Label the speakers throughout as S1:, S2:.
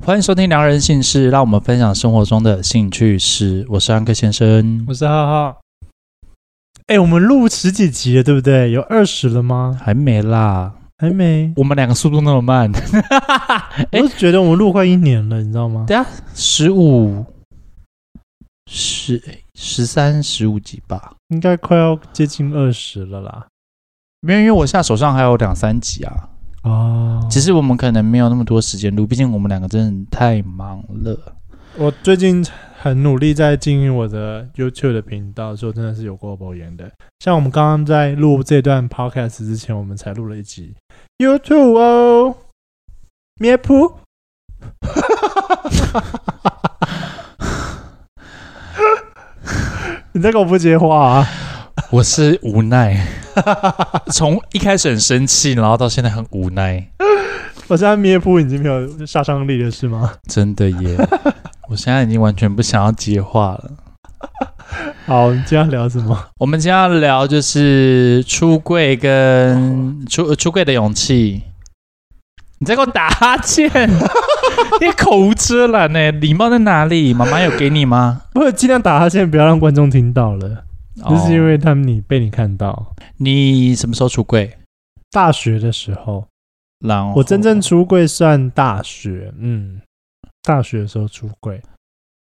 S1: 欢迎收听《良人姓氏》，让我们分享生活中的兴趣事。我是安克先生，
S2: 我是浩浩。哎、我们录十几集了，对不对？有二十了吗？
S1: 还没啦。
S2: 还没。
S1: 我们两个速度那么慢，哎
S2: 我是觉得我们录快一年了，你知道吗？
S1: 十五、十、十三、十五集吧。
S2: 应该快要接近二十了啦。
S1: 没有，因为我现在手上还有两三集啊。
S2: 哦，
S1: 只是我们可能没有那么多时间录，毕竟我们两个真的太忙了。
S2: 我最近很努力在经营我的 YouTube 的频道，所以我真的是有过保研的。像我们刚刚在录这段 Podcast 之前，我们才录了一集 YouTube 哦，咩噗。 你在跟我不接话啊？
S1: 我是无奈， 从一开始很生气，然后到现在很无奈，
S2: 我现在咩噗已经没有杀伤力了，是吗？
S1: 真的耶！我现在已经完全不想要接话了。
S2: 好，你今天要聊什么？
S1: 我们今天要聊就是出柜跟出呃出柜的勇气。你在给我打哈欠， 你口无遮拦呢、礼貌在哪里？妈妈有给你 吗？
S2: 不是尽量打哈欠，不要让观众听到了，就是因为他们你被你看到。
S1: 哦你什么时候出柜？
S2: 大学的时候，
S1: 然后
S2: 我真正出柜算大学，嗯，大学的时候出柜。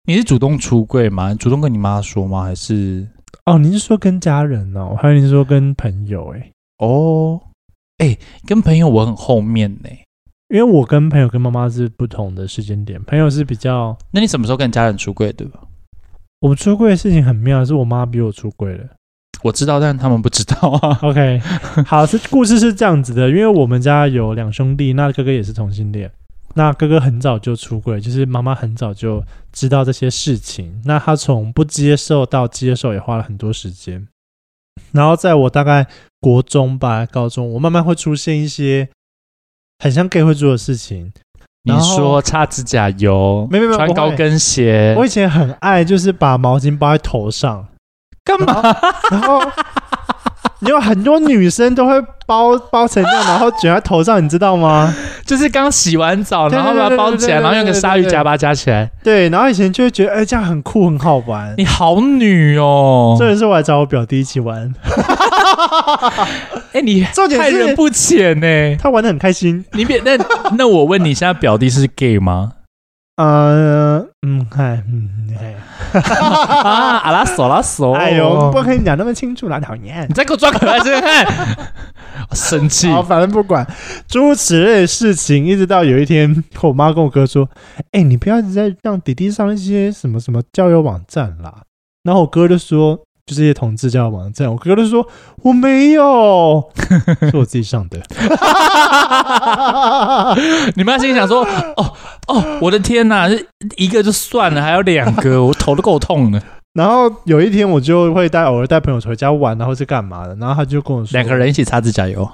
S1: 你是主动出柜吗？你主动跟你妈说吗？还是
S2: 哦，你是说跟家人哦？我还以为你是说跟朋友欸诶、
S1: 哦？哎、跟朋友我很后面呢、
S2: 因为我跟朋友跟妈妈是不同的时间点，朋友是比较
S1: 那你什么时候跟家人出柜对吧？
S2: 我出柜的事情很妙，是我妈逼我出柜的。
S1: 我知道，但他们不知道 啊。
S2: OK，好，是故事是这样子的，因为我们家有两兄弟，那哥哥也是同性恋，那哥哥很早就出柜，就是妈妈很早就知道这些事情，那他从不接受到接受也花了很多时间，然后在我大概国中吧、高中，我慢慢会出现一些很像 gay 会做的事情。
S1: 你
S2: 然后
S1: 说擦指甲油，
S2: 没没没
S1: 穿
S2: 我
S1: 高
S2: 会
S1: 跟鞋，
S2: 我以前很爱就是把毛巾包在头上，
S1: 干嘛？
S2: 然后有很多女生都会包包成这样，然后卷在头上，你知道吗？
S1: 就是刚洗完澡，
S2: 对
S1: 然后把它包起来，
S2: 对对对对
S1: 然后用个鲨鱼夹把它夹起来。
S2: 对，然后以前就会觉得，哎、这样很酷，很好玩。
S1: 你好女哦！
S2: 重点是我还找我表弟一起玩，
S1: 哎，你
S2: 重点
S1: 害
S2: 是
S1: 人不浅呢。
S2: 他玩的很开心。
S1: 你别那那我问你，现在表弟是 gay 吗？
S2: 呃，嗯，嗨，嗯，嗨，
S1: 啊，阿拉索拉索！
S2: 哎呦，不跟你讲那么清楚啦，讨厌
S1: 你。再给我装可爱试试看，生气。
S2: 好，反正不管，诸如此类的事情，一直到有一天，我妈跟我哥说：“哎、你不要一直在让弟弟上一些什么什么交友网站啦。”然后我哥就说：“就这些同志交友网站。”我哥就说：“我没有， 是我自己上的。
S1: 你妈心里想说：“哦哦，我的天哪，这一个就算了，还有两个，我头都够痛了。
S2: 然后有一天我就会带偶尔带朋友回家玩，啊然后是干嘛的？然后他就跟我说，
S1: 两个人一起擦指甲油，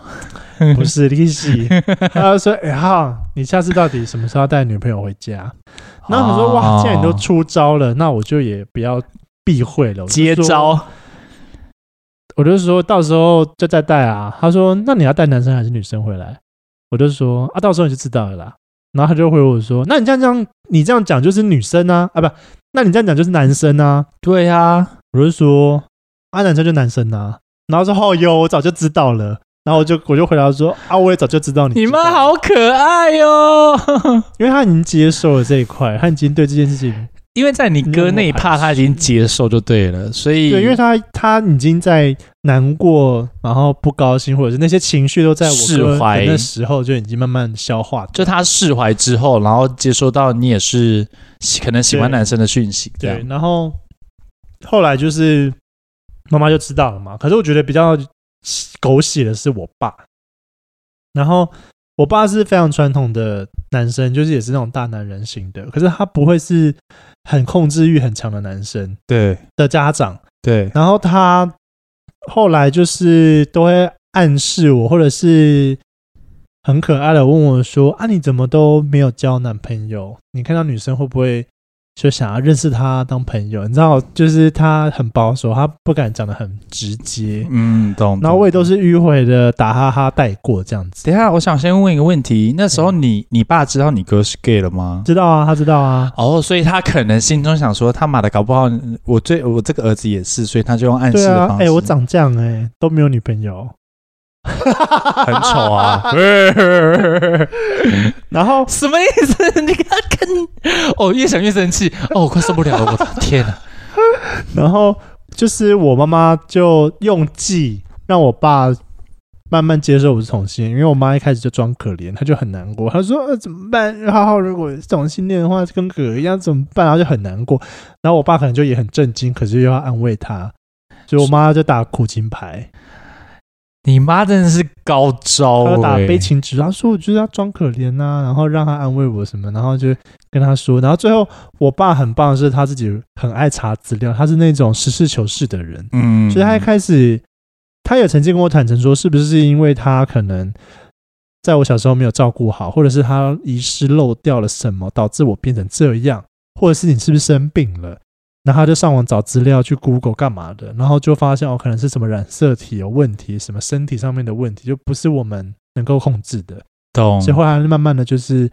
S2: 不是利 息，他就说：“哎、哈，你下次到底什么时候要带女朋友回家？”
S1: 哦
S2: 然后我说：“哇，既然你都出招了，那我就也不要避讳了，我就
S1: 接
S2: 说
S1: 招，
S2: 我就说到时候就再带啊。他说：“那你要带男生还是女生回来？”我就说：“啊，到时候你就知道了啦。”然后他就回我说：“那你这样这样，你这样讲就是女生啊，啊不，那你这样讲就是男生啊。
S1: 对啊，”
S2: 我就说：“啊，男生就男生啊。”然后说：“哦哟，我早就知道了。”然后我就我就回答说：“啊，我也早就 知道你
S1: 你
S2: 知道
S1: 妈好可爱哟、
S2: 因为他已经接受了这一块，他已经对这件事情，
S1: 因为在你哥那一趴，他已经接受就对了，所以
S2: 对，因为他他已经在难过，然后不高兴，或者是那些情绪都在我
S1: 释
S2: 哥的
S1: 怀
S2: 那时候就已经慢慢消化掉。
S1: 就他释怀之后，然后接收到你也是喜可能喜欢
S2: 对
S1: 男生的讯息，这
S2: 对
S1: 样，
S2: 然后后来就是妈妈就知道了嘛。可是我觉得比较狗血的是我爸，然后我爸是非常传统的男生，就是也是那种大男人型的，可是他不会是很控制欲很强的男生
S1: 对
S2: 的家长。
S1: 对，
S2: 然后他后来就是都会暗示我，或者是很啊可爱的问我说：“啊，你怎么都没有交男朋友？你看到女生会不会就想要认识他当朋友。你知道，就是他很保守，他不敢讲的很直接。
S1: 嗯，懂。
S2: 然后我也都
S1: 是。
S2: 是迂回的打哈哈带过这样子。
S1: 等一下，我想先问一个问题，那时候你你爸知道你哥是 gay 了吗？
S2: 知道啊，他知道啊，
S1: 哦，所以他可能心中想说，他妈的，搞不好我最我这个儿子也是，所以他就用暗示
S2: 对
S1: 的
S2: 啊
S1: 方，式。
S2: 哎、我长这样哎、都没有女朋友，
S1: 很
S2: 很，
S1: 丑啊
S2: 然后
S1: 什么意思？ 你跟他跟哦，越想越生气，哦，我快受不了了，我的天哪！
S2: 然后就是我妈妈就用计让我爸慢慢接受我是同性恋，因为我妈一开始就装可怜，她就很难过，她说：“呃，怎么办？浩浩如果是同性恋的话，跟哥哥一样怎么办？”然后就很难过。然后我爸可能就也很震惊，可是又要安慰她，所以我妈就打苦情牌，
S1: 你妈真的是高招、
S2: 她
S1: 欸，
S2: 就打悲情纸，她说：“我就是要装可怜呐、然后让她安慰我什么，然后就跟她说。”然后最后我爸很棒的是，他自己很爱查资料，他是那种实事求是的人。
S1: 嗯，
S2: 所以他一开始，他也曾经跟我坦诚说，是不是因为他可能在我小时候没有照顾好，或者是他遗失漏掉了什么，导致我变成这样，或者是你是不是生病了？然后他就上网找资料去 Google 干嘛的，然后就发现哦，可能是什么染色体有问题，什么身体上面的问题，就不是我们能够控制的。
S1: 懂。
S2: 所以后来慢慢的就是，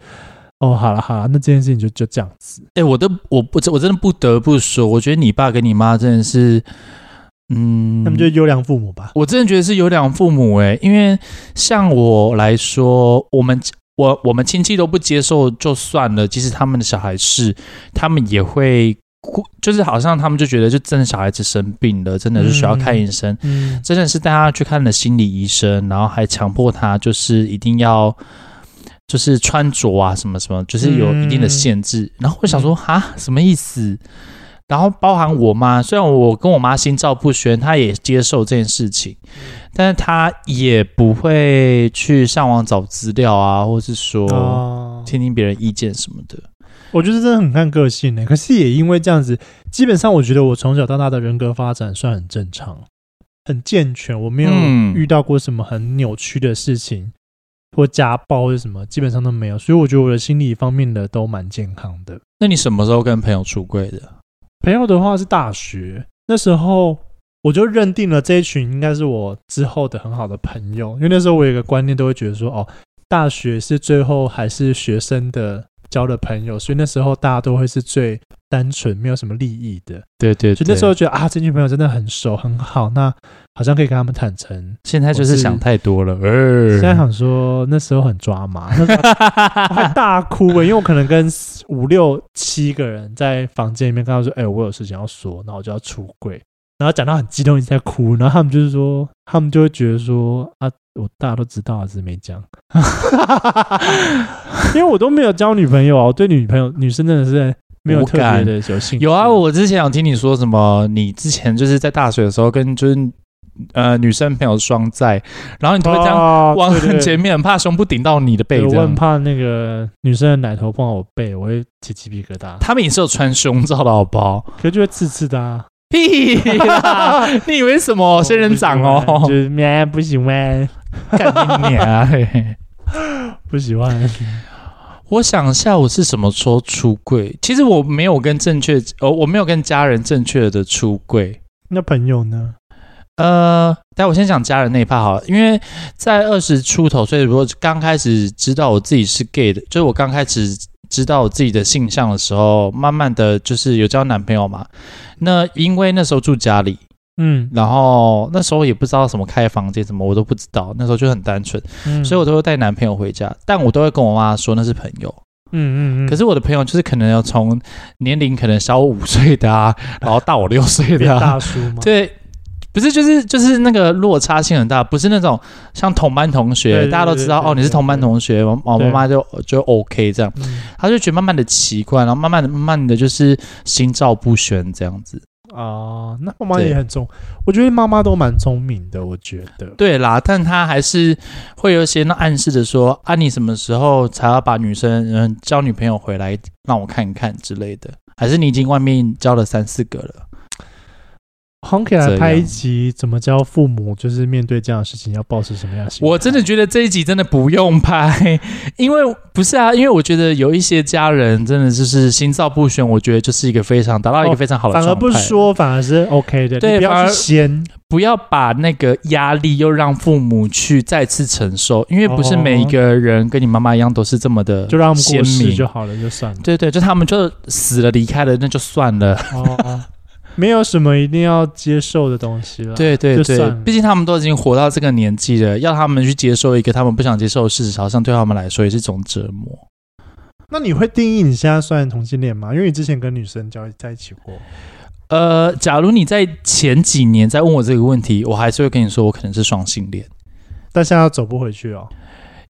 S2: 哦，好了好了，那这件事情就就这样子。
S1: 哎、我都我不我真的不得不说，我觉得你爸跟你妈真的是，嗯，哦
S2: 他们就优良父母吧。
S1: 我真的觉得是有两父母哎、因为像我来说，我们我我们亲戚都不接受就算了，即使他们的小孩是，他们也会哭，就是好像他们就觉得就真的小孩子生病了，真的是需要看医生，
S2: 嗯，
S1: 真的是带他去看了心理医生，然后还强迫他就是一定要。就是穿着啊，什么什么，就是有一定的限制。
S2: 嗯
S1: 然后我想说，哈，什么意思？然后包含我妈，虽然我跟我妈心照不宣，她也接受这件事情，但是她也不会去上网找资料啊，或是说
S2: 哦
S1: 听听别人意见什么的。
S2: 我觉得真的很看个性欸呢、可是也因为这样子，基本上我觉得我从小到大的人格发展算很正常，很健全，我没有
S1: 嗯
S2: 遇到过什么很扭曲的事情，或家暴或者什么，基本上都没有。所以我觉得我的心理方面的都蛮健康的。
S1: 那你什么时候跟朋友出柜的？
S2: 朋友的话是大学那时候，我就认定了这一群应该是我之后的很好的朋友，因为那时候我有一个观念，都会觉得说，哦，大学是最后还是学生的交的朋友，所以那时候大家都会是最单纯，没有什么利益的。
S1: 对对
S2: 所以那时候觉得啊，这群朋友真的很熟很好，那好像可以跟他们坦诚。
S1: 现在就是想太多了。
S2: 现在
S1: 呃，
S2: 想说那时候很抓马，那时候 我还大哭欸，因为我可能跟四五六七个人在房间里面跟他说，哎、我有事情要说，那我就要出柜。然后讲到很激动，一直在哭，然后他们就是说，他们就会觉得说啊，我大家都知道啊，只是没 讲，因为我都没有交女朋友啊，我对女朋友女生真的是没有
S1: 无
S2: 特别
S1: 感
S2: 的有兴趣。
S1: 有啊，我之前想听你说什么，你之前就是在大学的时候跟就是呃女生朋友双载，然后你都会这样
S2: 样
S1: 往前面，很怕胸部顶到你的背
S2: 对，
S1: 这
S2: 我很
S1: 样。
S2: 怕那个女生的奶头碰到我背，我会起鸡皮疙瘩，
S1: 他们也是有穿胸罩的好不好？
S2: 可是就会刺刺的 啊。
S1: 屁 啦！你以为什么哦仙人掌
S2: 哦我不喜欢就
S1: 哦？
S2: 是 咩不喜欢，
S1: 干你娘！啊嘿
S2: 不喜欢。
S1: 我想一下，我是什么时候出柜？其实我没有跟正确，呃，我没有跟家人正确的出柜。
S2: 那朋友呢？
S1: 呃，但我先讲家人那一趴好了，因为在二十出头，所以如果刚开始知道我自己是 gay 的，就是我刚开始知道我自己的性向的时候，慢慢的就是有交男朋友嘛。那因为那时候住家里，
S2: 嗯，
S1: 然后那时候也不知道什么开房间什么，我都不知道，那时候就很单纯，
S2: 嗯
S1: 所以我都会带男朋友回家，但我都会跟我妈说那是朋友。
S2: 嗯嗯嗯，
S1: 可
S2: 是
S1: 是我的朋友就是可能要从年龄可能小我五岁的啊，然后大我六岁的、啊，
S2: 大叔嘛，
S1: 对，不是就是就是那个落差性很大，不是那种像同班同学，
S2: 对对
S1: 大家都知道
S2: 对对
S1: 哦，你是同班同学，我我
S2: 对
S1: 妈妈就就哦 OK 这样，
S2: 嗯
S1: 她就觉得慢慢的奇怪，然后慢慢的慢慢的就是心照不宣这样子。
S2: 啊，那妈妈
S1: 对
S2: 也很聪，我觉得妈妈都蛮聪明的，我觉得。
S1: 对啦，但她还是会有一些那暗示的说啊，你什么时候才要把女生嗯交女朋友回来让我看一看之类的，还是你已经外面交了三四个了？
S2: 好像可以
S1: 这
S2: 来
S1: 样
S2: 拍一集，怎么教父母就是面对这样的事情要保持什么样的心态？
S1: 我真的觉得这一集真的不用拍，因为不是啊，因为我觉得有一些家人真的就是心照不宣，我觉得就是一个非常达到一个
S2: 哦
S1: 非常好的状
S2: 反
S1: 态、
S2: 而不说，反而是 OK 的，
S1: 对
S2: 你不
S1: 反
S2: 要
S1: 而
S2: 去先
S1: 不要把那个压力又让父母去再次承受，因为不是
S2: 哦
S1: 每一个人跟你妈妈一样都是这么的
S2: 就让他们
S1: 鲜
S2: 过世
S1: 明。
S2: 就好了，就算了。
S1: 对对，就他们就死了离开了，那就算了。
S2: 哦， 没有什么一定要接受的东西了。，
S1: 对对
S2: 就
S1: 对
S2: 算了，
S1: 毕竟他们都已经活到这个年纪了，要他们去接受一个他们不想接受的事实，好像对他们来说也是一种折磨。
S2: 那你会定义你现在算同性恋吗？因为你之前跟女生交在一起过。
S1: 呃，假如你在前几年在问我这个问题，我还是会跟你说我可能是双性恋。
S2: 但现在要走不回去哦。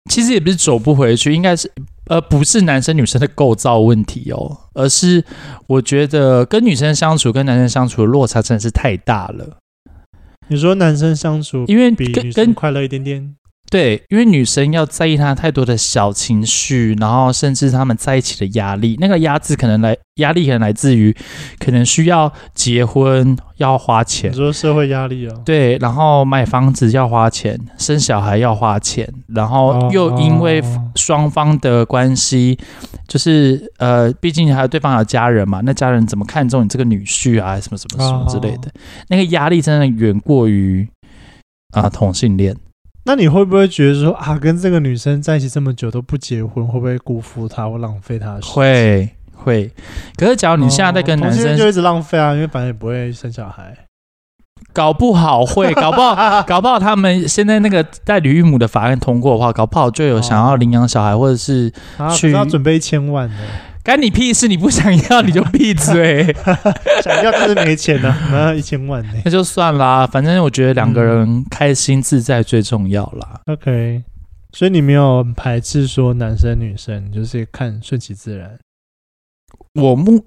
S1: 其实也不是走不回去，应该是呃不是男生女生的构造问题哦，而是我觉得跟女生相处跟男生相处的落差真的是太大了，
S2: 你说男生相处
S1: 因为
S2: 嗯比
S1: 跟
S2: 女生
S1: 跟
S2: 快乐一点点，
S1: 对，因为女生要在意她太多的小情绪，然后甚至他们在一起的压力，那个压制可能来压力可能来自于可能需要结婚要花钱
S2: 你。说社会压力哦。
S1: 对，然后买房子要花钱，生小孩要花钱，然后哦又因为
S2: 哦
S1: 双方的关系，就是呃，毕竟还有对方还有家人嘛，那家人怎么看重你这个女婿啊，什么什么什么之类
S2: 哦
S1: 的，那个压力真的远过于啊、同性恋。
S2: 那你会不会觉得说啊，跟这个女生在一起这么久都不结婚，会不会辜负她或浪费她的时间？
S1: 会会，可是假如你现在在跟
S2: 哦
S1: 男
S2: 同性
S1: 生，
S2: 恋就一直浪费啊，因为反正也不会生小孩。
S1: 搞不好会，搞不好
S2: 啊，
S1: 搞不好他们现在那个代理育母的法案通过的话，搞不好就有想
S2: 哦
S1: 要领养小孩，或者是
S2: 啊，
S1: 去
S2: 去要准备一千万的，
S1: 干你屁事！你不想要你就闭嘴，
S2: 想要但是没钱 呢、啊，那一千万呢、
S1: 那就算啦。反正我觉得两个人开心自在最重要啦。
S2: OK，所以你没有排斥说男生女生，你就是看顺其自然。
S1: 我目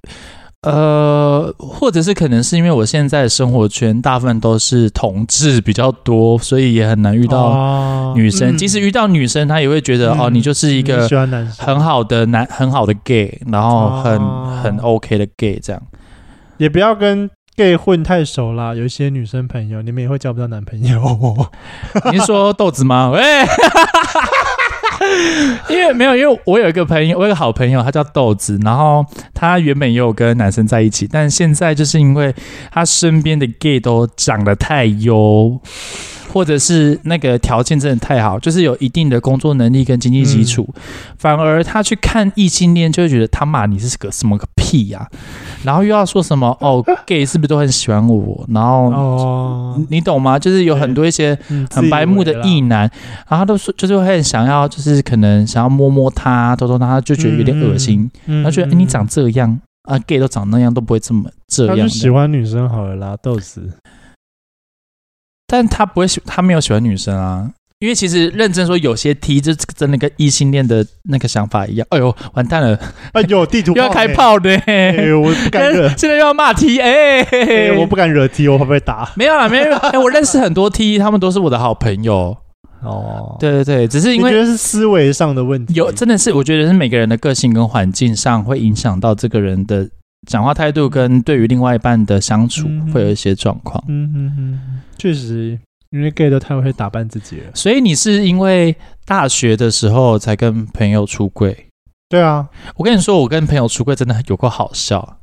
S1: 呃，或者是可能是因为我现在的生活圈大部分都是同志比较多，所以也很难遇到
S2: 到
S1: 女生。即使遇到女生，她也会觉得、哦，
S2: 嗯
S1: 嗯你就是一个
S2: 喜欢男生，
S1: 很好的男，很好的 gay，然后很、
S2: 哦
S1: 很 OK 的 gay 这样。
S2: 也不要跟 gay 混太熟啦。有一些女生朋友，你们也会交不到男朋友。
S1: 哦你是说豆子吗？喂， 因为没有，因为我有一个朋友，我有一个好朋友，他叫豆子，然后他原本也有跟男生在一起，但现在就是因为他身边的 gay 都长得太优，或者是那个条件真的太好，就是有一定的工作能力跟经济基础，反而他去看异性恋就会觉得他妈你是个什么个屁呀、然后又要说什么哦，gay 是不是都很喜欢我？然后、
S2: 哦，
S1: 你懂吗？就是有很多一些。
S2: 嗯
S1: 很白目的异，
S2: 自以为啦
S1: 男，然后他都说就是会很想要，就是可能想要摸摸他、偷偷他，就觉得有点恶心，
S2: 嗯
S1: 他觉得、哎诶你长这样啊，gay 都长那样都不会这么这
S2: 他
S1: 样
S2: 就喜
S1: 的，
S2: 欢女生好了啦，豆子。
S1: 但他不会喜，他没有喜欢女生啊。因为其实认真说，有些 T 就真的跟异性恋的那个想法一样。哎呦，完蛋 了，
S2: 哎呦，地图
S1: 又要
S2: 炮
S1: 开
S2: 呢，
S1: 炮的、
S2: 哎 呦，我不敢惹，
S1: 现在又要骂 T，哎、
S2: 哎我不敢惹 T，我会被打。
S1: 没有啦，没有。哎、我认识很多 T，他们都是我的好朋友。
S2: 哦，
S1: 对对对，只是
S2: 你
S1: 因为
S2: 觉得是思维上的问题？
S1: 有，真的是，我觉得是每个人的个性跟环境上会影响到这个人的讲话态度，跟对于另外一半的相处
S2: 嗯
S1: 会有一些状况。
S2: 嗯嗯嗯，确实，因为 gay 都太会打扮自己了。
S1: 所以你是因为大学的时候才跟朋友出柜？
S2: 对啊，
S1: 我跟你说，我跟朋友出柜真的有过好笑，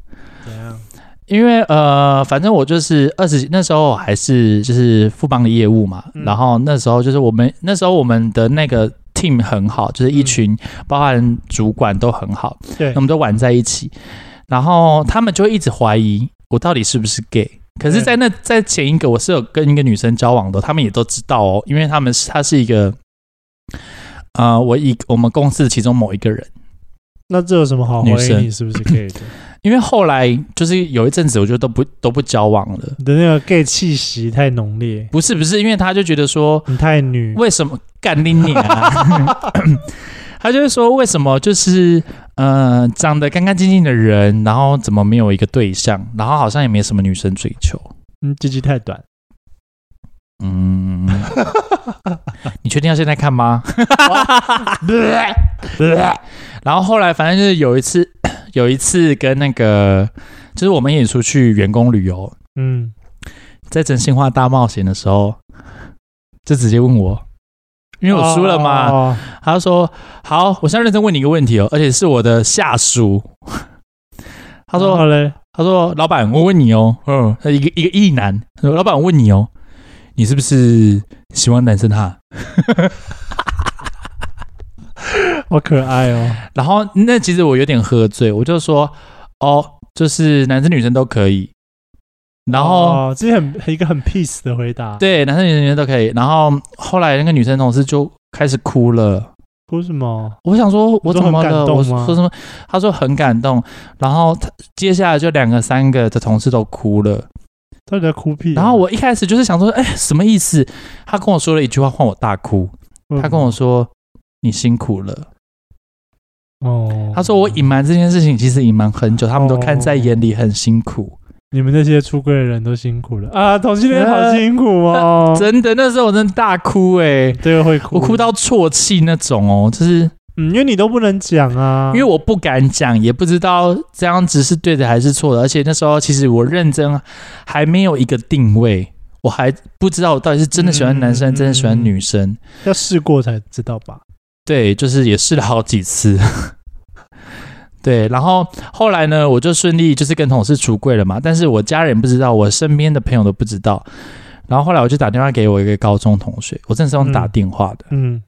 S2: 怎样？
S1: 因为呃，反正我就是二十那时候还是就是富邦的业务嘛，
S2: 嗯
S1: 然后那时候就是我们那时候我们的那个 team 很好，就是一群
S2: 嗯
S1: 包含主管都很好，
S2: 对
S1: 我，们都玩在一起，然后他们就会一直怀疑我到底是不是 gay。可是，在那在前一个，我是有跟一个女生交往的，他们也都知道哦，因为他们是她是一个，呃，我一我们公司其中某一个人。
S2: 那这有什么好怀疑你是不是 gay 的？
S1: 因为后来就是有一阵子，我就都不都不交往了。
S2: 你的那个 gay 气息太浓烈，
S1: 不是不是，因为他就觉得说，
S2: 你太女，
S1: 为什么干你娘、啊？ 他就会说，为什么就是呃长得干干净净的人，然后怎么没有一个对象，然后好像也没什么女生追求。
S2: 嗯，鸡鸡 太短。
S1: 嗯， 你确定要现在看吗？然后后来反正就是有一次， 有一次跟那个，就是我们也出去员工旅游，
S2: 嗯，
S1: 在真心话大冒险的时候，就直接问我，因为我输了嘛，
S2: 哦
S1: 他就说：“好，我现在认真问你一个问题哦，而且是我的下属。”他说：“
S2: 哦好嘞，
S1: 他说：“老板，我问你哦，嗯，一个一个异男，他说老板，我问你哦，你是不是喜欢男生哈？
S2: 好可爱哦，
S1: 然后那其实我有点喝醉，我就说，哦，就是男生女生都可以。然后、
S2: 哦，这是很一个很 peace 的回答，，
S1: 对，男生女生女生都可以。然后后来那个女生同事就开始哭了。
S2: 哭什么？
S1: 我想说，我
S2: 你说
S1: 怎么
S2: 很感
S1: 了？
S2: 动
S1: 我
S2: 吗
S1: 说什么？他说很感动。然后他接下来就两个三个的同事都哭了。
S2: 到底在哭屁啊？
S1: 然后我一开始就是想说，哎，什么意思？他跟我说了一句话，换我大哭。
S2: 嗯，
S1: 他跟我说：“你辛苦了。
S2: 哦”，
S1: 他说：“我隐瞒这件事情，其实隐瞒很久，他们都看在眼里，很辛苦。
S2: 你们那些出柜的人都辛苦了啊，同性恋好辛苦 哦，
S1: 真的，那时候我真的大哭哎、
S2: 这个会哭，
S1: 我哭到啜泣那种哦，就是
S2: 嗯，因为你都不能讲啊，
S1: 因为我不敢讲，也不知道这样子是对的还是错的。而且那时候其实我认真还没有一个定位，我还不知道我到底是真的喜欢男生，
S2: 嗯
S1: 真的喜欢女生。
S2: 要试过才知道吧。
S1: 对，就是也试了好几次。 对，然后后来呢，我就顺利就是跟同事出柜了嘛，但是我家人不知道，我身边的朋友都不知道。然后后来我就打电话给我一个高中同学，我真的是用打电话的，
S2: 嗯，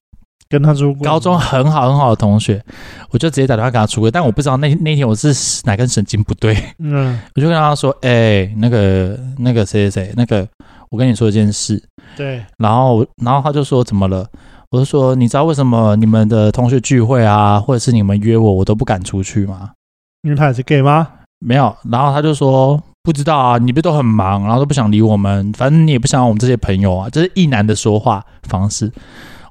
S2: 跟他出柜，
S1: 高中啊很好很好的同学，我就直接打电话给他出柜，但我不知道那那天我是哪根神经不对，
S2: 嗯，
S1: 我就跟他说，哎、那个那个谁谁谁，那个我跟你说一件事，
S2: 对，
S1: 然后然后他就说怎么了？我就说你知道为什么你们的同学聚会啊，或者是你们约我，我都不敢出去吗？
S2: 因为他也是 gay 吗？
S1: 没有。然后他就说不知道啊，你不是都很忙，然后都不想理我们，反正你也不想我们这些朋友啊，这是一男的说话方式。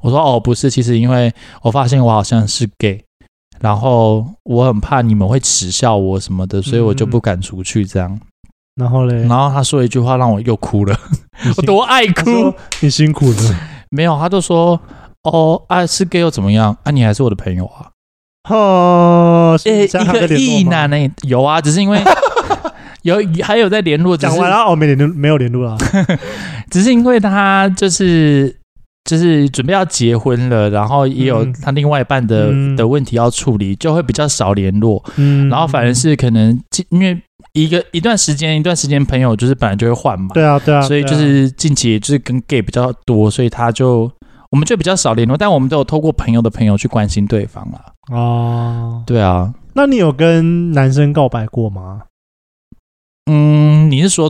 S1: 我说哦，不是，其实因为我发现我好像是 gay，然后我很怕你们会耻笑我什么的，所以我就不敢出去这样。
S2: 然后嘞，
S1: 然后他说一句话让我又哭了，
S2: 你辛
S1: 我多爱
S2: 他
S1: 哭
S2: 说。你辛苦了，
S1: 没有，他就说哦，啊是 gay 又怎么样？啊，你还是我的朋友啊。
S2: 哦，所 以
S1: 诶、
S2: 你现在还有
S1: 一
S2: 在
S1: 个
S2: 联络
S1: 异
S2: 吗
S1: 男呢、有啊，只是因为 有还有在联络，只
S2: 讲
S1: 是
S2: 完了，哦，没联络，没有联络了，
S1: 只是因为他就是就是准备要结婚了，然后也有
S2: 嗯
S1: 他另外一半的、
S2: 嗯
S1: 的问题要处理，就会比较少联络。
S2: 嗯，
S1: 然后反而是可能近因为一个一段时间一段时间朋友就是本来就会换嘛，
S2: 对啊，对啊，
S1: 所以就
S2: 对啊
S1: 是近期就是跟 gay 比较多，所以他就我们就比较少联络，但我们都有透过朋友的朋友去关心对方啦。
S2: 哦，
S1: 对啊，
S2: 那你有跟男生告白过吗？
S1: 嗯，你是说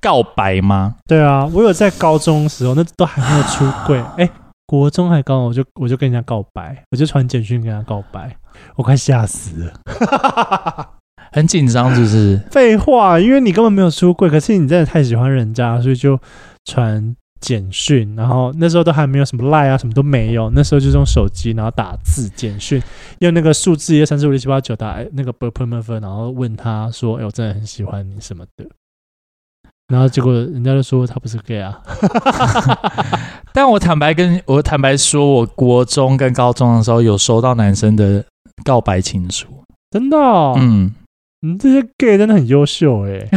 S1: 告白吗？
S2: 对啊，我有在高中的时候，那都还没有出柜，哎，国中还高，我就我就跟人家告白，我就传简讯跟他告白，我快吓死了。
S1: 很紧张是不是？
S2: 废话，因为你根本没有出柜，可是你真的太喜欢人家，所以就传简讯，然后那时候都还没有什么赖啊，什么都没有，那时候就是用手机，然后打字简讯，用那个数字一二三四五六七八九打哎那个 b u r p e r m e r 然后问他说，哎、我真的很喜欢你什么的。然后结果人家就说他不是 gay 啊，
S1: 但我坦白跟我坦白说，我国中跟高中的时候有收到男生的告白情书。
S2: 真的、哦，
S1: 嗯，
S2: 你这些 gay 真的很优秀哎、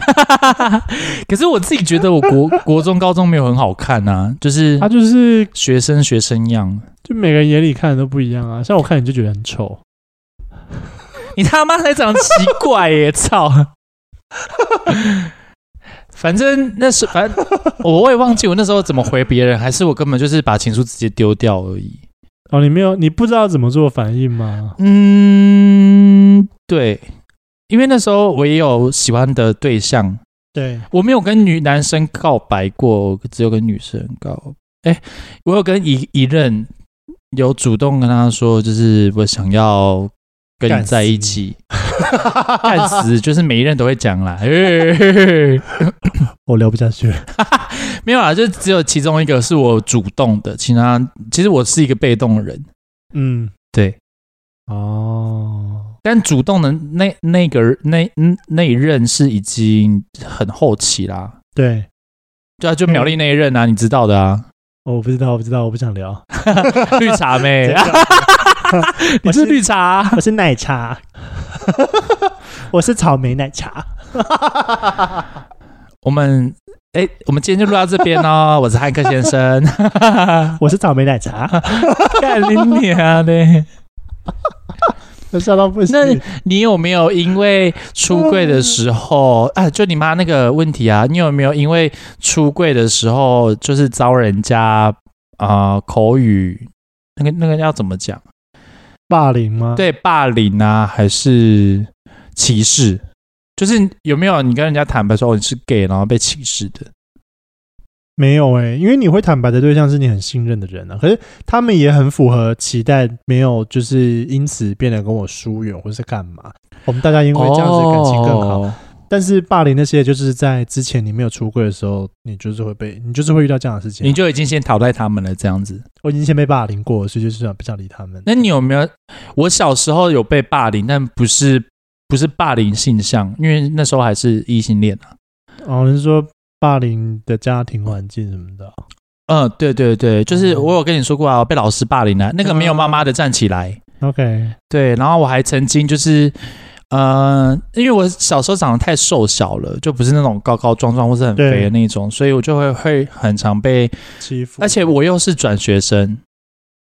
S1: 可是我自己觉得我国国中、高中没有很好看啊，就是
S2: 他就是
S1: 学生学生样。
S2: 就每个人眼里看的都不一样啊，像我看你就觉得很丑，
S1: 你他妈才长得奇怪耶！操！ 反正那时，反正我我也忘记我那时候怎么回别人，还是我根本就是把情书直接丢掉而已。
S2: 哦，你没有，你不知道怎么做反应吗？
S1: 嗯，对，因为那时候我也有喜欢的对象，
S2: 对，
S1: 我没有跟女男生告白过，我只有跟女生告。哎，我有跟一一任有主动跟他说，就是我想要跟你在一起，干死，就是每一任都会讲 啦。嘿嘿嘿嘿
S2: 我聊不下去了。
S1: 没有啦，就只有其中一个是我主动的，其他其实我是一个被动人，
S2: 嗯，
S1: 对。
S2: 哦，
S1: 但主动的那那个那那一任是已经很后期啦，
S2: 对，
S1: 对啊，就苗栗那一任啊，你知道的啊，
S2: 哦我不知道，我不知道，我不想 聊。
S1: 绿茶 妹，你是绿茶啊、
S2: 我是奶 茶， 我是草莓奶茶。
S1: 我们哎，我们今天就录到这边哦。我是汉克先生，
S2: 我是草莓奶 茶，
S1: 干你娘的！
S2: 我笑到不行。
S1: 那你有没有因为出柜的时候啊，就你妈那个问题啊，你有没有因为出柜的时候就是遭人家啊、呃口语那个那个要怎么讲？
S2: 霸凌吗？，
S1: 对霸凌啊，还是歧视？就是有没有你跟人家坦白说、哦你是 gay，然后被歧视的？
S2: 没有哎、因为你会坦白的对象是你很信任的人啊，可是他们也很符合期待，没有就是因此变得跟我疏远或是干嘛。我们大家因为这样子感情更好，
S1: 哦
S2: 但是霸凌那些就是在之前你没有出柜的时候，你就是会被你就是会遇到这样的事情啊、
S1: 你就已经先淘汰他们了，这样子。
S2: 我已经先被霸凌过了，所以就是想不想理他们。
S1: 那你有没有？我小时候有被霸凌，但不是不是霸凌性向，因为那时候还是异性恋啊。
S2: 哦，你是说霸凌的家庭环境什么的？
S1: 嗯，对对对，就是
S2: 嗯
S1: 我有跟你说过啊，我被老师霸凌了、那个没有妈妈的站起来。
S2: OK，
S1: 对，然后我还曾经就是，呃，因为我小时候长得太瘦小了，就不是那种高高壮壮或是很
S2: 对
S1: 肥的那种，所以我就会会很常被，
S2: 欺负，
S1: 而且我又是转学生，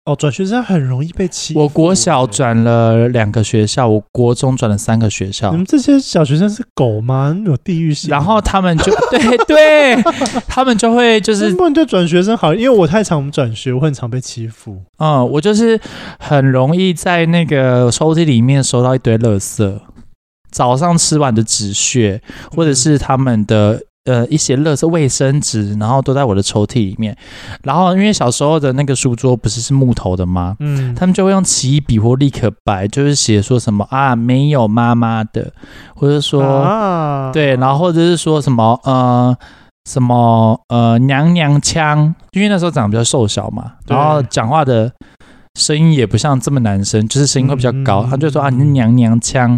S2: 哦，转学生很容易被欺负。
S1: 我国小，转了两个学校，我国中转了三个学校
S2: 你。们这些小学生是狗吗？你们有地域性吗。
S1: 然后他们就 对对，他们就会就
S2: 就是不能对转学生好，因为我太常转学，我很常被欺负。
S1: 嗯，我就是很容易在那个抽屉里面收到一堆垃圾，早上吃完的纸屑，或者是他们的呃一些垃圾卫生纸，然后都在我的抽屉里面。然后因为小时候的那个书桌不是是木头的吗？
S2: 嗯，
S1: 他们就会用奇异笔或立可白，就是写说什么啊没有妈妈的，或者说、
S2: 啊，
S1: 对，然后或者是说什么呃什么呃娘娘腔，因为那时候长得比较瘦小嘛，
S2: 对
S1: 然后讲话的声音也不像这么男生，就是声音会比较高。
S2: 嗯
S1: 他就说啊你是娘娘腔，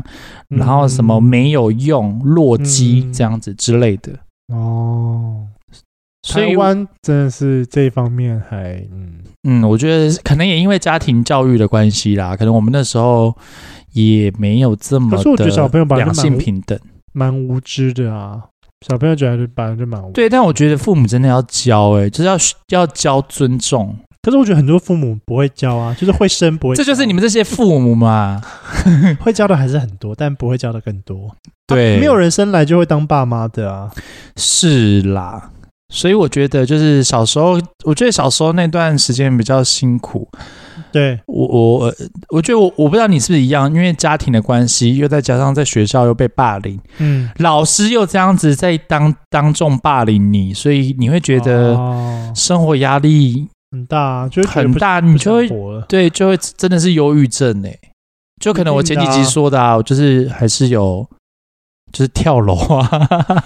S2: 嗯，
S1: 然后什么没有用、弱鸡、这样子之类的。
S2: 哦，
S1: 所以
S2: 台，湾真的是这一方面还嗯，
S1: 嗯，我觉得可能也因为家庭教育的关系啦，可能我们那时候也没有这么
S2: 可是我觉得小朋友
S1: 的
S2: 本来就
S1: 两
S2: 蛮
S1: 性平等。
S2: 蛮无知的啊。小朋友觉得本来就蛮无，
S1: 对，但我觉得父母真的要教、欸，就是要要教尊重，
S2: 可是我觉得很多父母不会教啊，就是会生不会教，
S1: 这就是你们这些父母嘛。
S2: 会教的还是很多，但不会教的更多。
S1: 对
S2: 啊没有人生来就会当爸妈的啊。
S1: 是啦，所以我觉得就是小时候，我觉得小时候那段时间比较辛苦。
S2: 对，
S1: 我我呃我觉得我我不知道你是不是一样，因为家庭的关系，又再加上在学校又被霸凌，
S2: 嗯，
S1: 老师又这样子在当当众霸凌你，所以你会觉得
S2: 哦
S1: 生活压力
S2: 很大、啊，就会觉得
S1: 很
S2: 不
S1: 大，
S2: 不
S1: 你就
S2: 想
S1: 会
S2: 活了。
S1: 对就会真的是忧郁症哎、就可能我前几集说的啊，我就是还是有就是跳楼啊，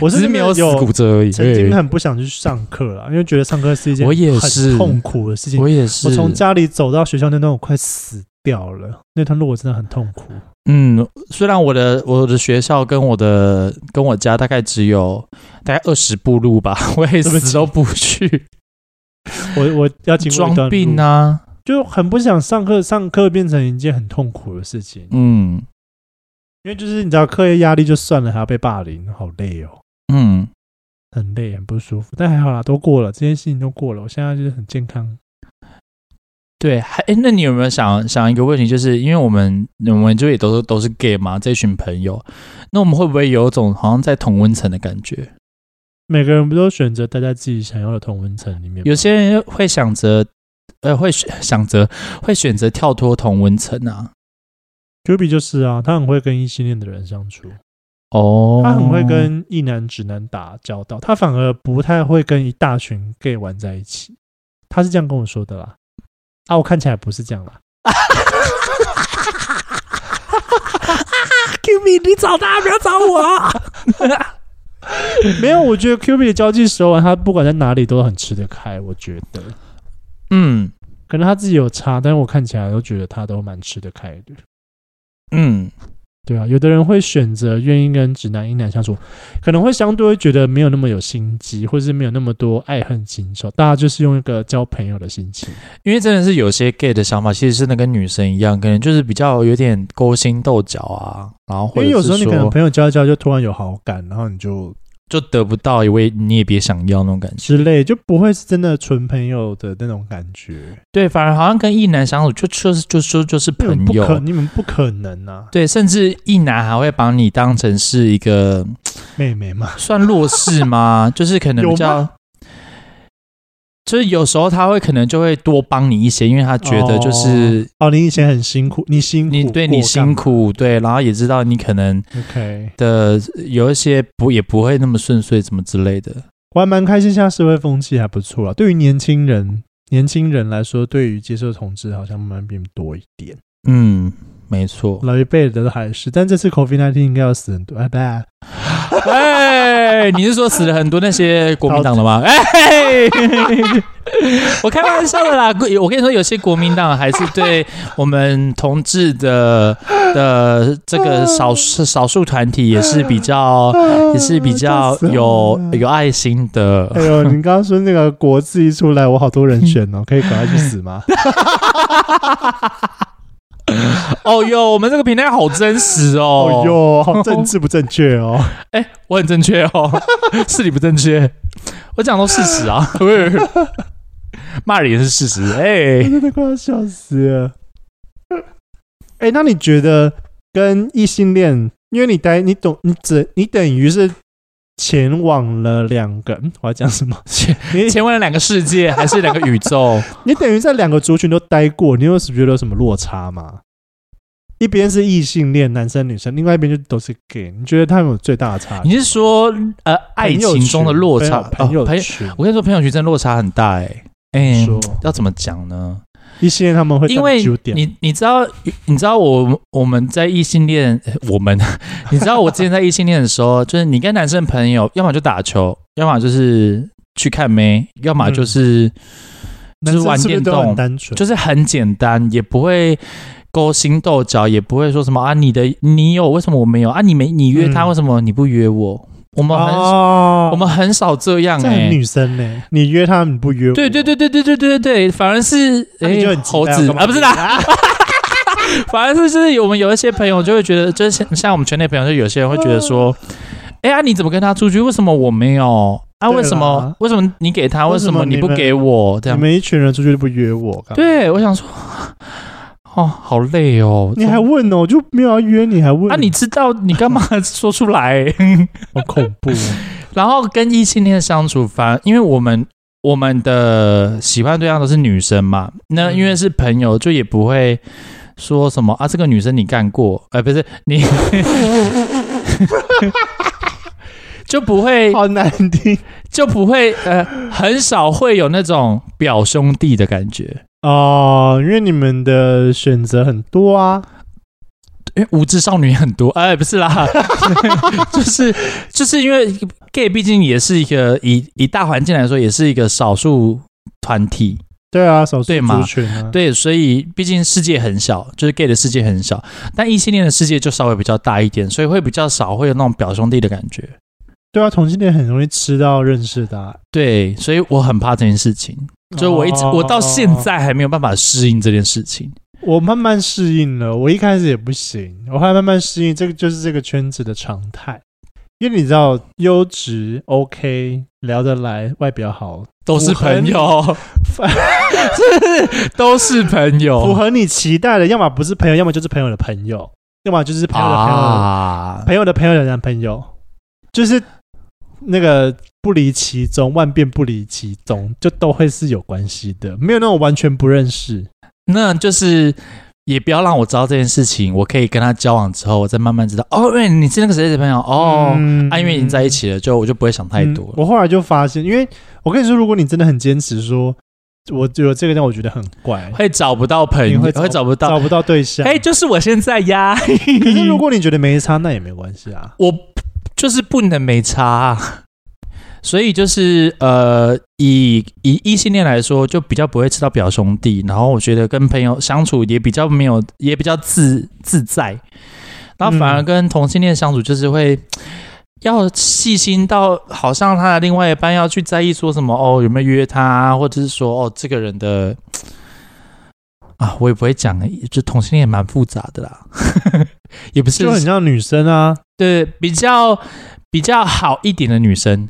S2: 我
S1: 只是
S2: 真
S1: 没
S2: 的
S1: 有死
S2: 有
S1: 骨折而已。
S2: 曾经
S1: 对
S2: 很不想去上课了，因为觉得上课是一件
S1: 我也是
S2: 很痛苦的事情。
S1: 我也是，
S2: 我从家里走到学校那段，我快死掉了。那段路我真的很痛苦。
S1: 嗯，虽然我的我的学校跟我的跟我家大概只有大概二十步路吧， 我也
S2: 这么
S1: 死都不去，
S2: 我我要经过一
S1: 装
S2: 段
S1: 病
S2: 啊，
S1: 啊，
S2: 就很不想上课，上课变成一件很痛苦的事情。
S1: 嗯
S2: 因为就是你知道，课业压力就算了，还要被霸凌，好累哦，
S1: 嗯，
S2: 很累，很不舒服。但还好啦，都过了，这件事情都过了。我现在就是很健康。
S1: 对，还诶那你有没有想想一个问题，就是因为我们我们就也都是都是 gay 嘛，这群朋友，那我们会不会有一种好像在同温层的感觉？
S2: 每个人不都选择待在自己想要的同温层里面吗？
S1: 有些人会想着，呃，会选想着会选择跳脱同温层啊，
S2: Juby 就是啊，他很会跟异性恋的人相处，
S1: 哦，
S2: 他很会跟异男直男打交道，他反而不太会跟一大群 gay 玩在一起。他是这样跟我说的啦。啊，我看起来不是这 样啦。
S1: Q B，你找他，不要找我。
S2: 没有，我觉得 Q B 的交际手腕，他不管在哪里都很吃得开。我觉得
S1: 嗯
S2: 可能他自己有差，但是我看起来都觉得他都蛮吃得开的。
S1: 嗯，
S2: 对啊，有的人会选择愿意跟直男、一男相处，可能会相对会觉得没有那么有心机，或是没有那么多爱恨情仇，大家就是用一个交朋友的心情。
S1: 因为真的是有些 gay 的想法，其实真的跟女生一样，可能就是比较有点勾心斗角啊，然后或
S2: 因
S1: 者
S2: 为有时候
S1: 是
S2: 你可能
S1: 说
S2: 朋友交一交就突然有好感，然后你就
S1: 就得不到，因为你也别想要那种感觉。
S2: 之类，就不会是真的纯朋友的那种感觉。
S1: 对，反而好像跟异男相处，就就是就就就是
S2: 你们
S1: 朋
S2: 不可，
S1: 友。
S2: 你们不可能啊，
S1: 对，甚至异男还会把你当成是一个
S2: 妹妹嘛，
S1: 算弱势 吗？就是可能比
S2: 有
S1: 较，就是有时候他会可能就会多帮你一些，因为他觉得就是
S2: 哦，你以前很辛苦，你辛苦过，
S1: 你对你辛苦，对，然后也知道你可能
S2: 干嘛，OK，
S1: 的有一些不也不会那么顺遂，怎么之类的。
S2: 我还蛮开心，现在社会风气还不错啦。对于年轻人，年轻人来说，对于接受同志好像慢慢变多一点，
S1: 嗯，没错。
S2: 老一辈的都还是，但这次 COVID-19 应该要死很多，拜拜。
S1: 哎，你是说死了很多那些国民党的吗？哎， 我开玩笑的啦。我跟你说，有些国民党还是对我们同志的的这个少数少数团体也是比 较哦也是比
S2: 啊
S1: 较有有爱心的。
S2: 哎呦，你刚刚说那个国字一出来，我好多人选哦，可以赶快去死吗？
S1: 哦哟，我们这个平台好真实 哦
S2: 哦。哟，好政治不正确哦。
S1: 哎、我很正确哦， 是你不正确，我讲都事实啊， 不是 骂人也是事实。哎、
S2: 我真的快要笑死了。哎、那你觉得跟异性恋，因为你待你懂你只你等于是前往了两个，嗯、我要讲什么？
S1: 前
S2: 你
S1: 前问了两个世界还是两个宇宙？
S2: 你等于在两个族群都待过，你有觉得有什么落差吗？一边是异性恋，男生女生，另外一边就都是 gay，你觉得他们有最大的差？
S1: 你是说呃爱情中的落差？
S2: 朋友
S1: 哦朋友
S2: 圈，
S1: 我跟你说，朋友圈真的落差很大哎、哎、
S2: 说
S1: 要怎么讲呢？
S2: 异性恋他们会
S1: 因为
S2: 九点，
S1: 你你知道你知道我我们在异性恋 呃我们你知道我之前在异性恋的时候，就是你跟男生朋友，要么就打球，要么就是去看妹，要么就是。
S2: 男生
S1: 就是玩
S2: 是不是
S1: 电动
S2: 都很单纯，
S1: 就是很简单，也不会勾心斗角，也不会说什么啊，你的你有为什么我没有啊？你没你约他、
S2: 嗯
S1: 为什么你不约我？我们很、
S2: 哦
S1: 我们很少这样
S2: 这
S1: 哎、
S2: 很女生呢、你约他，你不约我，
S1: 对对对对对对对对，反而是
S2: 那
S1: 哎、
S2: 你就很期待
S1: 猴子
S2: 要干嘛
S1: 啊，不是啦。反而是就是我们有一些朋友就会觉得，就是像像我们圈内朋友，就有些人会觉得说，哎、呀、你怎么跟他出去？为什么我没有？啊，
S2: 对啦
S1: 为什么？为什么你给他？为
S2: 为什
S1: 什
S2: 么
S1: 么你不
S2: 你们
S1: 给我？这样
S2: 你们一群人出去就不约我，干嘛，
S1: 对，我想说， 哦，好累哦。
S2: 你还问哦，我就没有要约你，还问？
S1: 啊？你知道你干嘛说出来？
S2: 好恐怖、哦，
S1: 然后跟异性恋相处，反而因为我们我们的喜欢对象都是女生嘛，那
S2: 嗯
S1: 因为是朋友，就也不会说什么啊，这个女生你干过，哎、不是你。就不会，
S2: 好难听
S1: 就不会，呃，很少会有那种表兄弟的感觉，
S2: 哦，因为你们的选择很多啊，
S1: 因为无知少女也很多，哎、不是啦， 就是就是因为 gay 毕竟也是一个以以大环境来说，也是一个少数团体，
S2: 对啊，少数
S1: 对嘛
S2: 族群啊，
S1: 对，所以毕竟世界很小，就是 gay 的世界很小，但异性恋的世界就稍微比较大一点，所以会比较少会有那种表兄弟的感觉。
S2: 对啊，同性恋很容易吃到认识的啊、
S1: 对，所以我很怕这件事情，就是我一直、
S2: 哦
S1: 我到现，在还没有办法适应这件事情。
S2: 我慢慢适应了，我一开始也不行，我后来慢慢适应，这个就是这个圈子的常态。因为你知道，优质 OK，聊得来，外表好，
S1: 都是朋友，都是朋
S2: 符
S1: 友
S2: 合你期待的，要么不是朋友，要么就是朋友的朋友，要么就是朋友的朋友的、
S1: 啊！
S2: 朋友的朋友的男朋友，就是那个不离其宗，万变不离其宗，就都会是有关系的，没有那种完全不认识。
S1: 那就是也不要让我知道这件事情，我可以跟他交往之后，我再慢慢知道。哦，因为你是那个谁谁谁朋友哦，
S2: 嗯
S1: 啊，因为已经在一起了，就我就不会想太多
S2: 嗯
S1: 了。
S2: 我后来就发现，因为我跟你说，如果你真的很坚持说，我有这个让我觉得很怪，
S1: 会找不到朋
S2: 嗯你
S1: 友，
S2: 会
S1: 会
S2: 找
S1: 找不到。
S2: 找不到对象。
S1: 哎、就是我现在呀，
S2: 可是如果你觉得没差，那也没关系啊。
S1: 我就是不能没差啊、 所以就是呃，以以异性恋来说，就比较不会吃到表兄弟，然后我觉得跟朋友相处也比较没有，也比较自自在，然后反而
S2: 嗯
S1: 跟同性恋相处就是会。要细心到好像他的另外一半要去在意说什么哦有没有约他啊，或者是说哦这个人的啊我也不会讲，就同性恋也 蛮复杂的啦，也不是
S2: 就很像女生啊，
S1: 对，比较比较好一点的女生，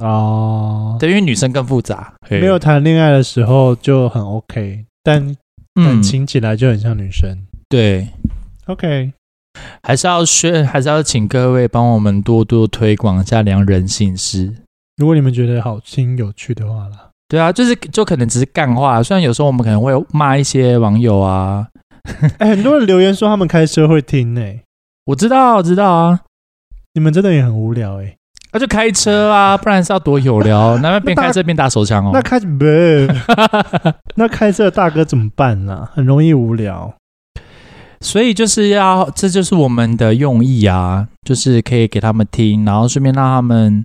S2: 哦，
S1: 对，因为女生更复杂，
S2: 没有谈恋爱的时候就很 OK，但感
S1: 嗯，
S2: 情起来就很像女生。
S1: 对，
S2: OK，
S1: 还是要宣，还是要请各位帮我们多多推广一下良人性事。
S2: 如果你们觉得好听有趣的话啦，
S1: 对啊，就是就可能只是干话，虽然有时候我们可能会骂一些网友啊，
S2: 哎、很多人留言说他们开车会听呢、
S1: 我知道我知道啊，
S2: 你们真的也很无聊哎、
S1: 那、就开车 啊，不然是要多有聊，那边边开车边打手枪哦。
S2: 那开不， 那开车的大哥怎么办呢、很容易无聊。
S1: 所以就是要，这就是我们的用意啊，就是可以给他们听，然后顺便让他们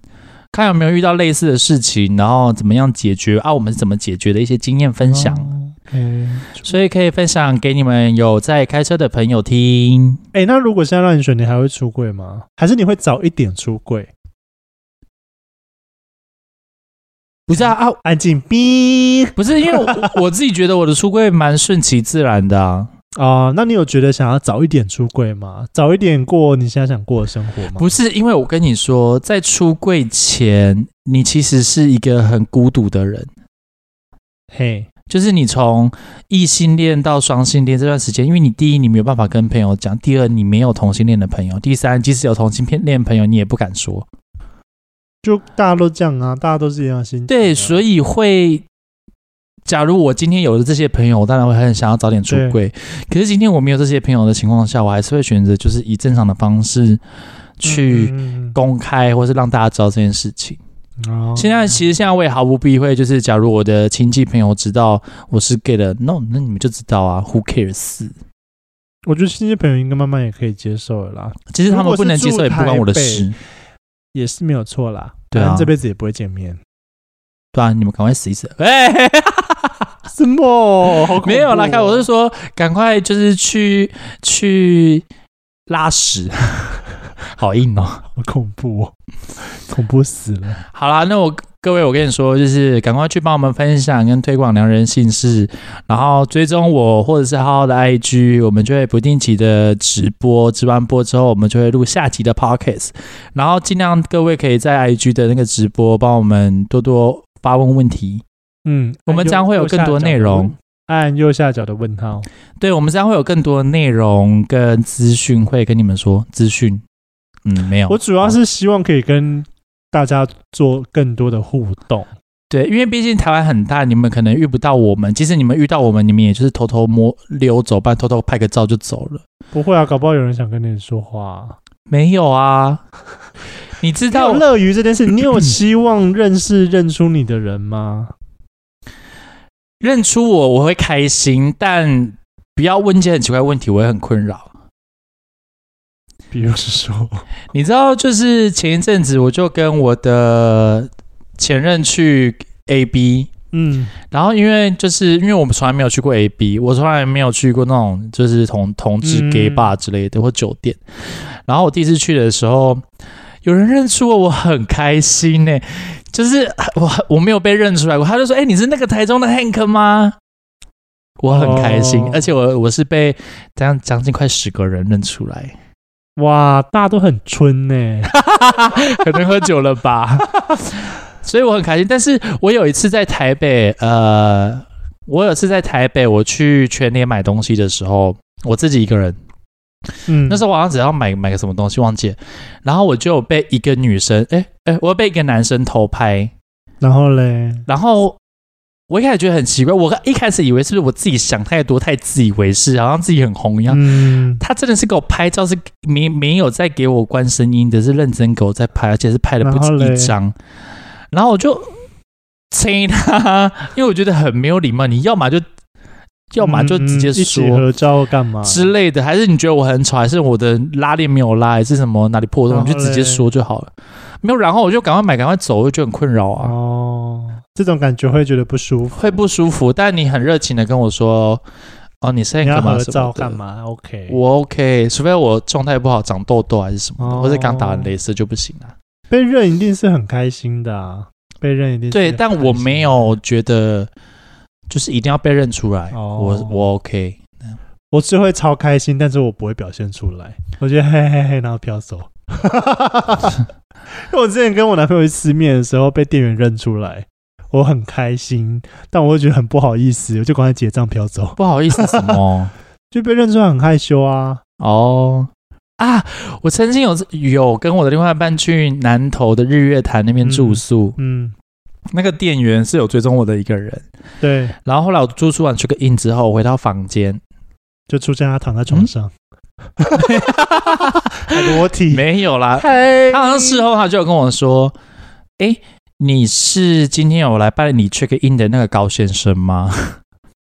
S1: 看有没有遇到类似的事情，然后怎么样解决啊，我们是怎么解决的一些经验分享，
S2: 哦 OK，
S1: 所以可以分享给你们有在开车的朋友听。
S2: 哎、那如果现在让你选，你还会出柜吗？还是你会早一点出柜？
S1: 不是啊，啊
S2: 安静逼
S1: 不是因为我我自己觉得我的出柜蛮顺其自然的、啊，
S2: 啊！那你有觉得想要早一点出柜吗？早一点过你现在想过的生活吗？
S1: 不是因为我跟你说，在出柜前，你其实是一个很孤独的人。
S2: 嘿，
S1: 就是你从异性恋到双性恋这段时间，因为你第一你没有办法跟朋友讲，第二你没有同性恋的朋友，第三即使有同性恋朋友你也不敢说，
S2: 就大家都这样啊，大家都是一样的心情啊、
S1: 对，所以会，假如我今天有了这些朋友，我当然会很想要早点出柜，可是今天我没有这些朋友的情况下，我还是会选择就是以正常的方式去
S2: 嗯嗯
S1: 公开，或是让大家知道这件事情。
S2: 嗯哦
S1: 现在其实现在我也毫不避讳，就是假如我的亲戚朋友知道我是 gay 的，no，那你们就知道啊，who cares？
S2: 我觉得新界朋友应该慢慢也可以接受了啦，
S1: 其实他们不能接受也不关我的
S2: 如
S1: 事，
S2: 也是没有错啦。
S1: 对啊
S2: 反正这辈子也不会见面。
S1: 对啊，你们赶快死一死！ 哎、
S2: 什么？好恐怖哦
S1: 没有啦，看我是说赶快就是去去拉屎， 好硬哦。
S2: 好恐怖、哦，恐怖死了。
S1: 好啦，那我各位我跟你说，就是赶快去帮我们分享跟推广良人姓氏，然后追踪我或者是浩浩的 IG，我们就会不定期的直播，直完播之后我们就会录下集的 Podcast，然后尽量各位可以在 IG 的那个直播帮我们多多发问问题。
S2: 嗯，
S1: 我们将会有更多内容。哦
S2: 按右下角的问号，
S1: 对，我们这样会有更多内容跟资讯会跟你们说。资讯，嗯，没有，
S2: 我主要是希望可以跟大家做更多的互动。
S1: 对，因为毕竟台湾很大，你们可能遇不到我们。即使你们遇到我们，你们也就是偷偷摸溜走，不然偷偷拍个照就走了。
S2: 不会啊，搞不好有人想跟你说话。
S1: 没有啊， 你知
S2: 你
S1: 道，
S2: 有乐于这件事，你有希望认识认出你的人吗？
S1: 认出我我会开心，但不要问一些很奇怪的问题，我会很困扰。
S2: 比如说，
S1: 你知道，就是前一阵子我就跟我的前任去 A B，
S2: 嗯，
S1: 然后因为就是因为我们从来没有去过 A B，我从来没有去过那种就是同同志
S2: 嗯
S1: gay bar 之类的、或酒店。然后我第一次去的时候，有人认出我，我很开心呢、欸就是我我没有被认出来过，他就说：“哎、你是那个台中的 Hank 吗？”我很开心，
S2: 哦
S1: 而且我我是被这样将近快十个人认出来，
S2: 哇，大家都很春 呢、
S1: 可能喝酒了吧，所以我很开心。但是我有一次在台北，呃，我有一次在台北，我去全联买东西的时候，我自己一个人，
S2: 嗯，
S1: 那时候我好像只要买买个什么东西忘记了，然后我就有被一个女生，哎、哎、我被一个男生偷拍，
S2: 然后嘞，
S1: 然后。我一开始觉得很奇怪，我一开始以为是不是我自己想太多，太自以为是，好像自己很红一样。
S2: 嗯，
S1: 他真的是给我拍照，是没没有在给我关声音的，是认真给我在拍，而且是拍了不止
S2: 然后嘞
S1: 一张。然后我就催他，因为我觉得很没有礼貌。你要么就，要么就直接
S2: 嗯一起
S1: 说
S2: 合照干嘛？
S1: 之类的，还是你觉得我很丑，还是我的拉链没有拉，还是什么哪里破洞，
S2: 然
S1: 你
S2: 后
S1: 就直接
S2: 嘞
S1: 说就好了。没有，然后我就赶快买，赶快走，我就很困扰啊，
S2: 哦，这种感觉会觉得不舒服。
S1: 会不舒服。但你很热情的跟我说，哦，你现
S2: 你
S1: 在
S2: 要
S1: 干嘛
S2: 合
S1: 什么
S2: 照
S1: 的
S2: 干嘛？OK，
S1: 我 OK，除非我状态不好，长痘痘还是什么的，
S2: 哦
S1: 或者刚打完镭射就不行了、
S2: 被认一定是很开心的啊，被认一定是
S1: 对，
S2: 很开心
S1: 但
S2: 的
S1: 我没。有觉得就是一定要被认出来，
S2: 哦
S1: 我我 OK。
S2: 我是会超开心，但是我不会表现出来。我觉得嘿嘿嘿，然后飘走。 因为我之前跟我男朋友去吃面的时候，被店员认出来，我很开心，但我又觉得很不好意思，我就赶快结账飘走，
S1: 不好意思什 么
S2: 就被认出来很害羞啊。
S1: 哦。啊，我曾经有有跟我的另外一半去南投的日月潭那边住宿，
S2: 嗯，
S1: 那个店员是有追踪我的一个人，
S2: 对，
S1: 然后后来我住宿完 check in 之后，我回到房间，
S2: 就出现他躺在
S1: 嗯
S2: 床上，还裸体，
S1: 没有啦，
S2: 嗨
S1: 他好像事后他就有跟我说：“哎、你是今天有来办理 check in 的那个高先生吗，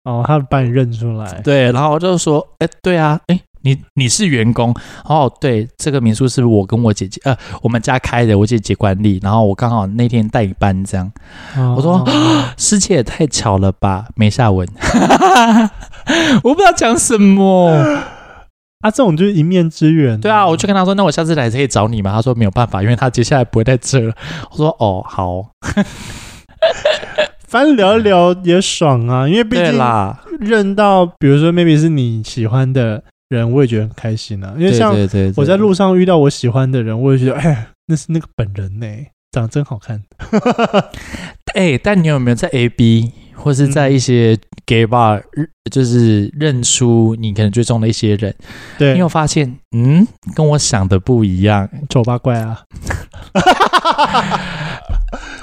S2: 哦，他把你认出 来？”
S1: 对，然后我就说：“哎、对啊，哎、你你是员工哦？对，这个民宿是我跟我姐姐，呃，我们家开的，我姐姐管理，然后我刚好那天代班，这样。我说
S2: 哦
S1: 师姐也太巧了吧，没下文， 我不知道讲什么。
S2: 啊，这种就是一面之缘，
S1: 对啊，我就跟他说，那我下次来可以找你吗？他说没有办法，因为他接下来不会在这了。我说哦，好，
S2: 反正聊一聊也爽啊，因为毕
S1: 对
S2: 竟
S1: 啦，
S2: 认到，比如说 maybe 是你喜欢的人，我也觉得很开心啊。因为
S1: 对
S2: 像
S1: 对对对
S2: 我在路上遇到我喜欢的人，我也觉得，哎，那是那个本人呢、长得真好看。
S1: 哎、但你有没有在 A B 或是
S2: 嗯
S1: 在一些 gay bar，、就是认出你可能追踪的一些人，
S2: 对，
S1: 你有发现，嗯，跟我想的不一样。
S2: 丑八怪啊，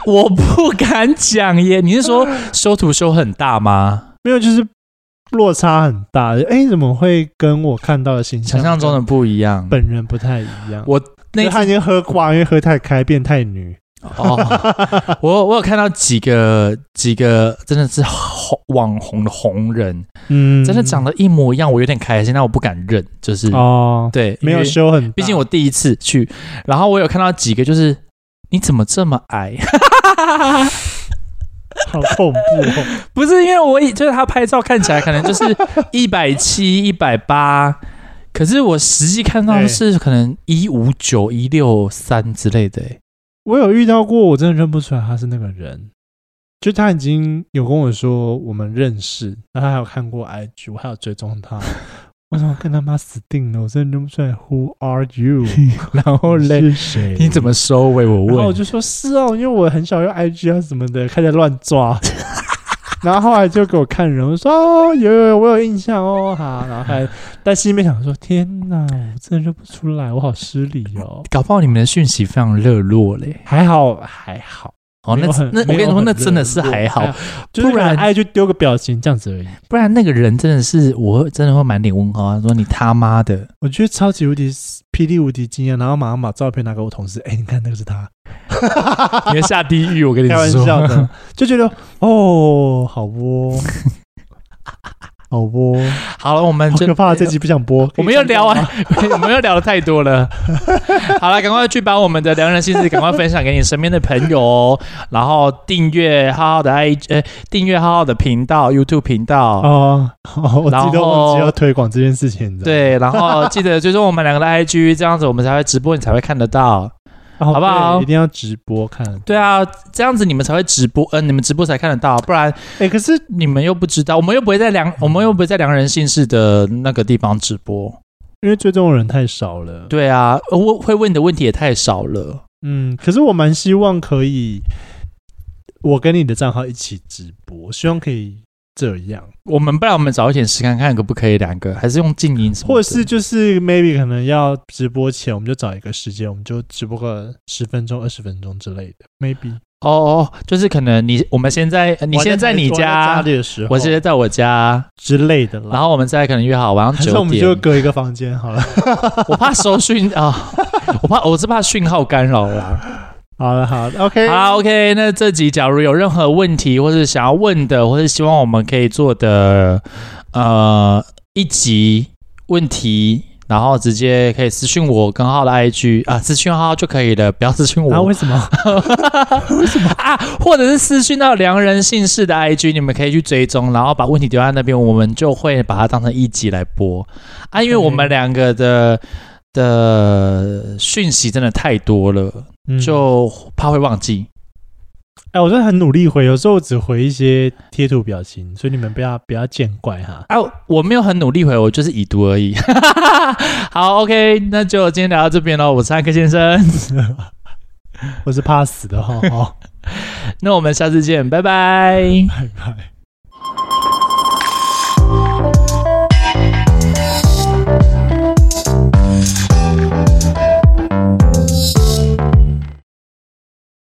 S1: 我不敢讲耶。你是说修图修很大吗？
S2: 没有，就是落差很大。哎，怎么会跟我看到的形象
S1: 想象中的不一样。
S2: 本人不太一样？
S1: 我那
S2: 就他已经喝挂，因为喝太开变太女。
S1: 哦， 我我有看到几个几个真的是红网红的红人，
S2: 嗯，
S1: 真的长得一模一样，我有点开心，但我不敢认，就是、
S2: 哦，
S1: 对，
S2: 没
S1: 因
S2: 有
S1: 为
S2: 修很大，
S1: 毕竟我第一次去，然后我有看到几个就是你怎么这么矮？
S2: 好恐怖、哦。
S1: 不是因为我以就是他拍照看起来可能 就是一百七、 一百八，可是我实际看到的是可能一五九、一六三之类的、欸。
S2: 我有遇到过，我真的认不出来他是那个人。就他已经有跟我说我们认识，然后他还有看过 IG，我还有追踪 他。我怎么跟他妈死定了？我真的认不出来 Who are you？
S1: 然后
S2: 你
S1: 嘞，
S2: 嗯是谁？
S1: 你怎么收尾？我
S2: 然后我
S1: 问。
S2: 就说是哦，因为我很少用 IG 啊什么的，开始乱 抓。然后后来就给我看人，我说哦，有有有，我有印象哦，好。然后 还但心里面想说，天哪，我真的认不出来，我好失礼哦。
S1: 搞不好你们的讯息非常热络嘞。
S2: 还好还好，
S1: 哦，那
S2: 没有很
S1: 那我
S2: 没
S1: 跟
S2: 有哎
S1: 你说，
S2: 很
S1: 那真的是
S2: 热络
S1: 还好，，
S2: 就是
S1: 不
S2: 不
S1: 然
S2: 然爱就丢个表情这样子而已。
S1: 不然那个人真的是我会真的会满脸问号，他说你他妈的。
S2: 我觉得超级无敌霹雳无敌惊讶，然后马上把照片拿给我同事，哎、你看那个是他，
S1: 你要下地狱，我跟你
S2: 开
S1: 说。
S2: 玩笑的， 就觉得哦，好哦，好哦，
S1: 好了，我们
S2: 好
S1: 就
S2: 可怕，这集不想播，
S1: 我们又聊
S2: 啊
S1: 完， 我们又聊的太多了。 好了，赶快去把我们的良人心事赶快分享给你身边的朋友哦，然后订阅浩浩的 i 呃，订阅浩浩的频道 YouTube 频道。
S2: 哦，哦我自己
S1: 然
S2: 都
S1: 后
S2: 忘记要推广这件事情，你知道吗，
S1: 对，然后记得追踪我们两个的 IG，这样子我们才会直播，你才会看得到。
S2: 哦
S1: 好不好
S2: 对一定要直播看，
S1: 对啊，这样子你们才会直播，嗯、你们直播才看得到，不然
S2: 哎、可是
S1: 你们又不知道，我们又不会在良，我们又不会在良人姓氏的那个地方直播。
S2: 因为追踪的人太少了，
S1: 对啊，呃我会问你的问题也太少了。
S2: 嗯，可是我蛮希望可以，我跟你的账号一起直播，希望可以这样，
S1: 我们不然我们早一点试看看可不可以两个，还是用静音什么的
S2: 或者是就是 maybe 可能要直播前，我们就找一个时间，我们就直播个十分钟、二十分钟之类的，maybe。
S1: 哦哦，就是可能你我们现在
S2: 哦
S1: 呃你现在你
S2: 我在家
S1: 家，
S2: 里的时候，
S1: 我现在在我家，
S2: 之类的
S1: 然
S2: 啦。
S1: 后我们再可能约好晚
S2: 还
S1: 上
S2: 是我
S1: 九
S2: 们就
S1: 点。
S2: 隔一个房间好了。
S1: 我怕收讯啊，我怕我是怕讯号干扰啦。
S2: 好了好了，OK，
S1: 好，OK，那这集假如有任何问题，或是想要问的，或是希望我们可以做的呃一集问题。然后直接可以私信我跟浩的 IG 啊，私信浩就可以了，不要私信我。
S2: 啊，为什么？
S1: 啊，或者是私讯到良人姓氏的 IG，你们可以去追踪，然后把问题丢在那边，我们就会把它当成一集来播啊。因为我们两个的的讯息真的太多了，
S2: 嗯
S1: 就怕会忘记。
S2: 哎，我真的很努力回，有时候我只回一些贴图表情，所以你们不要不要见怪哈。
S1: 啊，我没有很努力回，我就是已读而已。好，OK，那就今天聊到这边喽。我是汉克先生，我是怕死的，哈哈。
S2: 哦那我们下次见，拜拜。
S1: 拜拜。